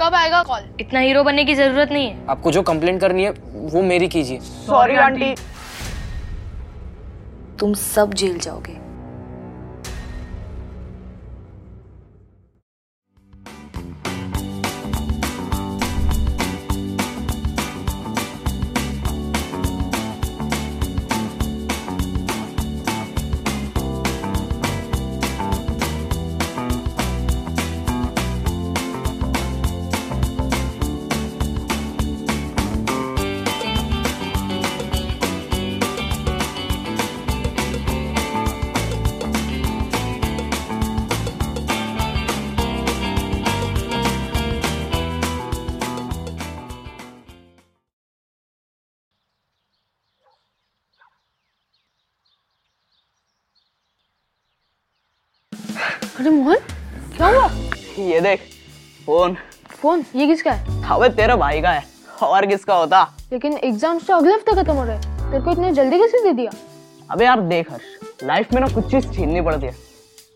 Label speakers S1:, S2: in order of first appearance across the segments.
S1: कब आएगा कॉल
S2: इतना हीरो बनने की जरूरत नहीं है
S3: आपको जो कंप्लेंट करनी है वो मेरी कीजिए
S4: सॉरी आंटी
S5: तुम सब जेल जाओगे
S1: अरे मोहन क्या हुआ
S4: ये देख फोन
S1: फोन ये किसका है
S4: अबे तेरा भाई का है और किसका होता
S1: लेकिन एग्जाम्स तो अगले हफ्ते खत्म हो रहे हैं तेरे को इतने जल्दी कैसे दे दिया
S4: अबे यार देख हर्ष लाइफ में ना कुछ चीज छीननी पड़ती है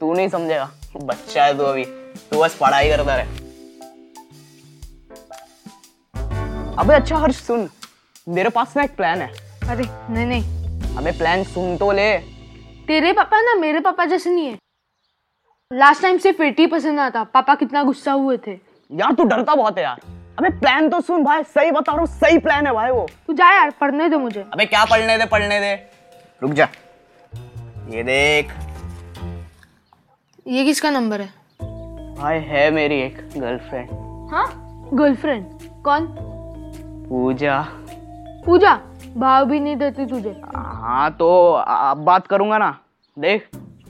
S4: तू नहीं समझेगा बच्चा है तू अभी तू बस पढ़ाई करता रहे अबे अच्छा हर्ष सुन मेरे पास ना एक प्लान है
S1: अरे नहीं नहीं
S4: अबे प्लान सुन तो ले
S1: तेरे पापा ना मेरे पापा जैसे नहीं है लास्ट टाइम सिर्फ एटी परसेंट आता पापा कितना गुस्सा हुए थे
S4: यार तू डरता बहुत है यार अबे प्लान तो सुन भाई सही बता रहा हूँ सही प्लान है भाई वो
S1: तू जा यार पढ़ने दे मुझे
S4: अबे क्या पढ़ने दे पढ़ने दे रुक जा ये देख
S1: ये किसका नंबर है
S4: भाई है मेरी एक गर्लफ्रेंड
S1: हाँ गर्लफ्रेंड कौन
S4: पूजा
S1: पूजा भाव भी नहीं देती तुझे
S4: हाँ तो अब बात करूंगा ना देख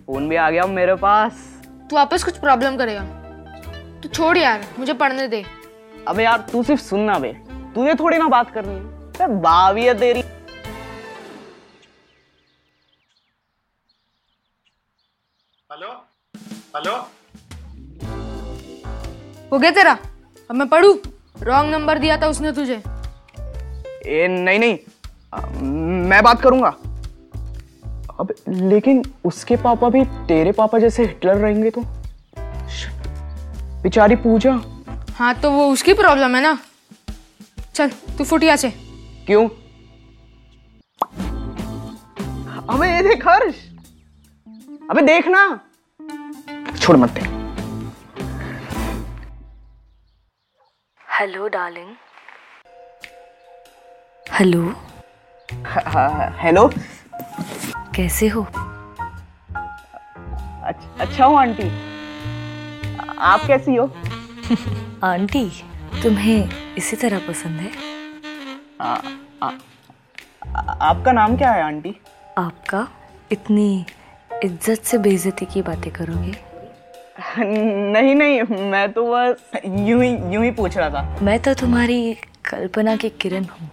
S4: फोन भी आ गया मेरे पास
S1: तू वापस कुछ प्रॉब्लम करेगा तू छोड़ यार मुझे पढ़ने दे
S4: अबे यार तू सिर्फ सुनना बे तुझे थोड़ी ना बात करनी है अबे बावी है तेरी
S6: हेलो हेलो
S1: हो गया तेरा अब मैं पढ़ू रॉन्ग नंबर दिया था उसने तुझे
S4: ए नहीं नहीं अ, मैं बात करूंगा अब लेकिन उसके पापा भी तेरे पापा जैसे हिटलर रहेंगे तो बेचारी पूजा
S1: हाँ तो वो उसकी प्रॉब्लम है ना चल तू फुट यहाँ से
S4: क्यों अबे ये देख हर्ष अबे देखना छोड़ मत देख
S5: हेलो डार्लिंग हेलो
S4: हेलो
S5: कैसे हो
S4: अच्छा अच्छा हूँ आंटी आप कैसी हो
S5: आंटी तुम्हें इसी तरह पसंद है
S4: आपका नाम क्या है आंटी
S5: आपका इतनी इज्जत से बेइज्जती की बातें करोगे
S4: नहीं नहीं मैं तो बस यूं ही यूं ही पूछ रहा था
S5: मैं तो तुम्हारी कल्पना की किरण हूँ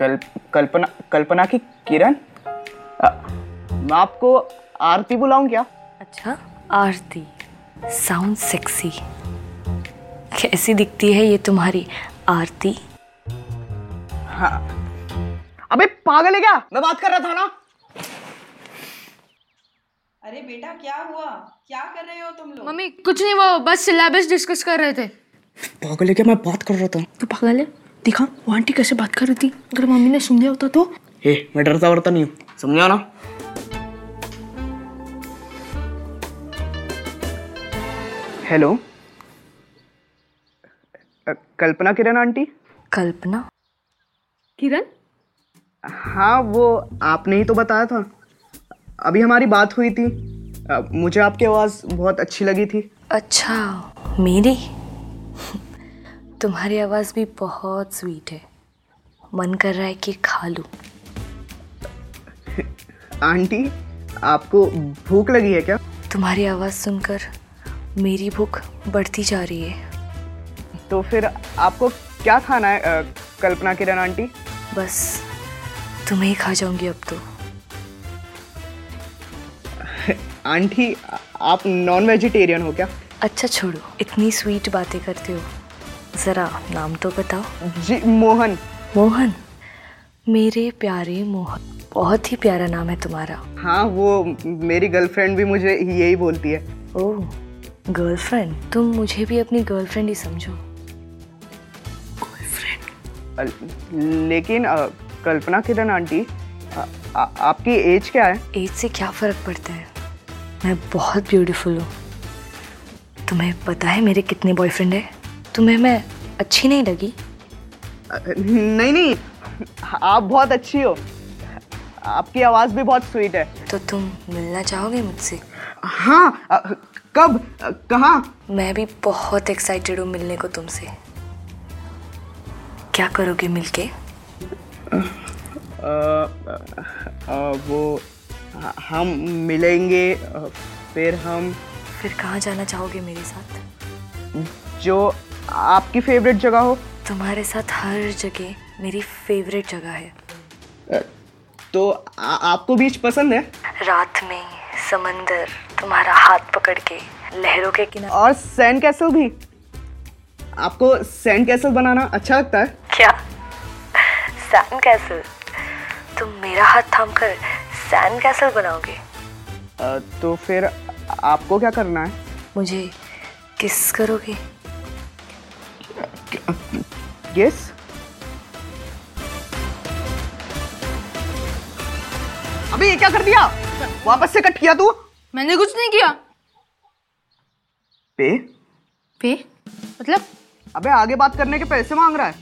S4: कल कल्पना कल्पना की किरण अ, मैं आपको आरती बुलाऊं क्या
S5: अच्छा आरती साउंड सेक्सी कैसी दिखती है ये तुम्हारी आरती
S4: अबे पागल है क्या मैं बात कर रहा था ना
S7: अरे बेटा क्या हुआ क्या कर रहे हो तुम लोग
S1: मम्मी कुछ नहीं वो बस सिलेबस डिस्कस कर रहे थे
S4: पागल है क्या मैं बात कर रहा था
S8: तू पागल है देखा वो आंटी कैसे बात कर रही थी अगर मम्मी ने सुन लिया होता तो
S4: हे मैं डरता वरता नहीं हूँ समझा ना हेलो अ, कल्पना किरण आंटी
S5: कल्पना
S1: किरण
S4: हाँ वो आपने ही तो बताया था अभी हमारी बात हुई थी अ, मुझे आपकी आवाज़ बहुत अच्छी लगी थी
S5: अच्छा मेरी तुम्हारी आवाज़ भी बहुत स्वीट है मन कर रहा है कि खा लूं
S4: आंटी आपको भूख लगी है क्या
S5: तुम्हारी आवाज़ सुनकर मेरी भूख बढ़ती जा रही है
S4: तो फिर आपको क्या खाना है अ, कल्पना किरण आंटी
S5: बस तुम्हें ही खा जाऊंगी अब तो
S4: आंटी आ- आप नॉन वेजिटेरियन हो क्या
S5: अच्छा छोड़ो इतनी स्वीट बातें करते हो ज़रा नाम तो बताओ
S4: जी मोहन
S5: मोहन मेरे प्यारे मोहन बहुत ही प्यारा नाम है तुम्हारा
S4: हाँ वो मेरी गर्लफ्रेंड भी मुझे यही बोलती है
S5: ओह गर्लफ्रेंड तुम मुझे भी अपनी गर्लफ्रेंड ही समझो
S4: अ, लेकिन अ, कल्पना किरण आंटी अ, आ- आपकी एज क्या है
S5: एज से क्या फ़र्क पड़ता है मैं बहुत ब्यूटीफुल हूँ तुम्हें पता है मेरे कितने बॉयफ्रेंड हैं तुम्हें मैं अच्छी नहीं लगी
S4: अ, नहीं नहीं आप बहुत अच्छी हो आपकी आवाज़ भी बहुत स्वीट है
S5: तो तुम मिलना चाहोगे मुझसे
S4: हाँ अ, कब अ, कहाँ
S5: मैं भी बहुत एक्साइटेड हूँ मिलने को तुमसे क्या करोगे मिलके
S4: अ, अ, अ, वो ह- हम मिलेंगे अ, फिर हम
S5: फिर कहाँ जाना चाहोगे मेरे साथ
S4: जो आपकी फेवरेट जगह हो
S5: तुम्हारे साथ हर जगह मेरी फेवरेट जगह है
S4: तो आ, आपको बीच पसंद है
S5: रात में समंदर तुम्हारा हाथ पकड़ के लहरों के किनारे
S4: और सैंड कैसल भी आपको सैंड कैसल बनाना अच्छा लगता है
S5: क्या सैंड कैसल तुम मेरा हाथ थाम कर सैंड कैसल बनाओगे
S4: अ, तो फिर आपको क्या करना है
S5: मुझे किस करोगे
S4: गेस अबे ये क्या कर दिया वापस से कट किया तू
S1: मैंने कुछ नहीं किया
S4: पे
S1: पे मतलब
S4: अबे आगे बात करने के पैसे मांग रहा है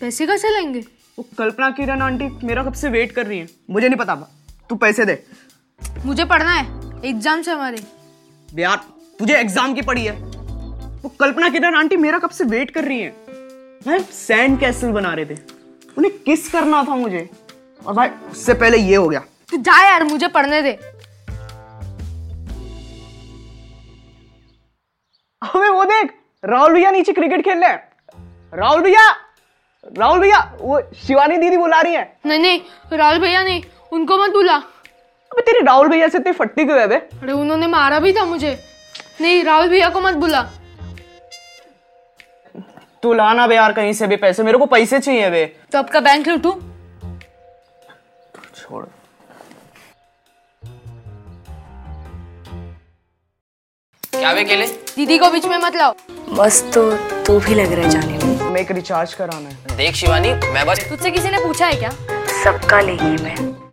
S1: पैसे कैसे लेंगे
S4: वो कल्पना किरण आंटी मेरा कब से वेट कर रही है मुझे नहीं पता तू पैसे दे
S1: मुझे पढ़ना है एग्जाम से हमारे
S4: यार तुझे एग्जाम की पड़ी है वो कल्पना किरण आंटी मेरा कब से वेट कर रही है भाई सैंड कैसल बना रहे थे उन्हें किस करना था मुझे और भाई उससे पहले ये हो गया
S1: तू जा यार मुझे पढ़ने दे
S4: अबे वो देख राहुल भैया नीचे क्रिकेट खेल रहे हैं राहुल भैया राहुल भैया वो शिवानी दीदी बुला रही है
S1: नहीं नहीं राहुल भैया नहीं उनको मत बुला
S4: अबे तेरी राहुल भैया से इतनी फटती क्यों है बे
S1: अरे उन्होंने मारा भी था मुझे नहीं राहुल भैया को मत बुला
S4: तू लाना बे यार कहीं से भी पैसे मेरे को पैसे चाहिए बे
S1: तो आपका बैंक लूटू
S4: छोड़
S3: क्या वे अकेले
S1: दीदी को बीच में मत लाओ
S5: मस्त तो तू भी लग रहा है जाने में
S4: हमें एक रिचार्ज कराना है
S3: देख शिवानी मैं बस
S2: तुझसे किसी ने पूछा है क्या
S5: सबका लेगी मैं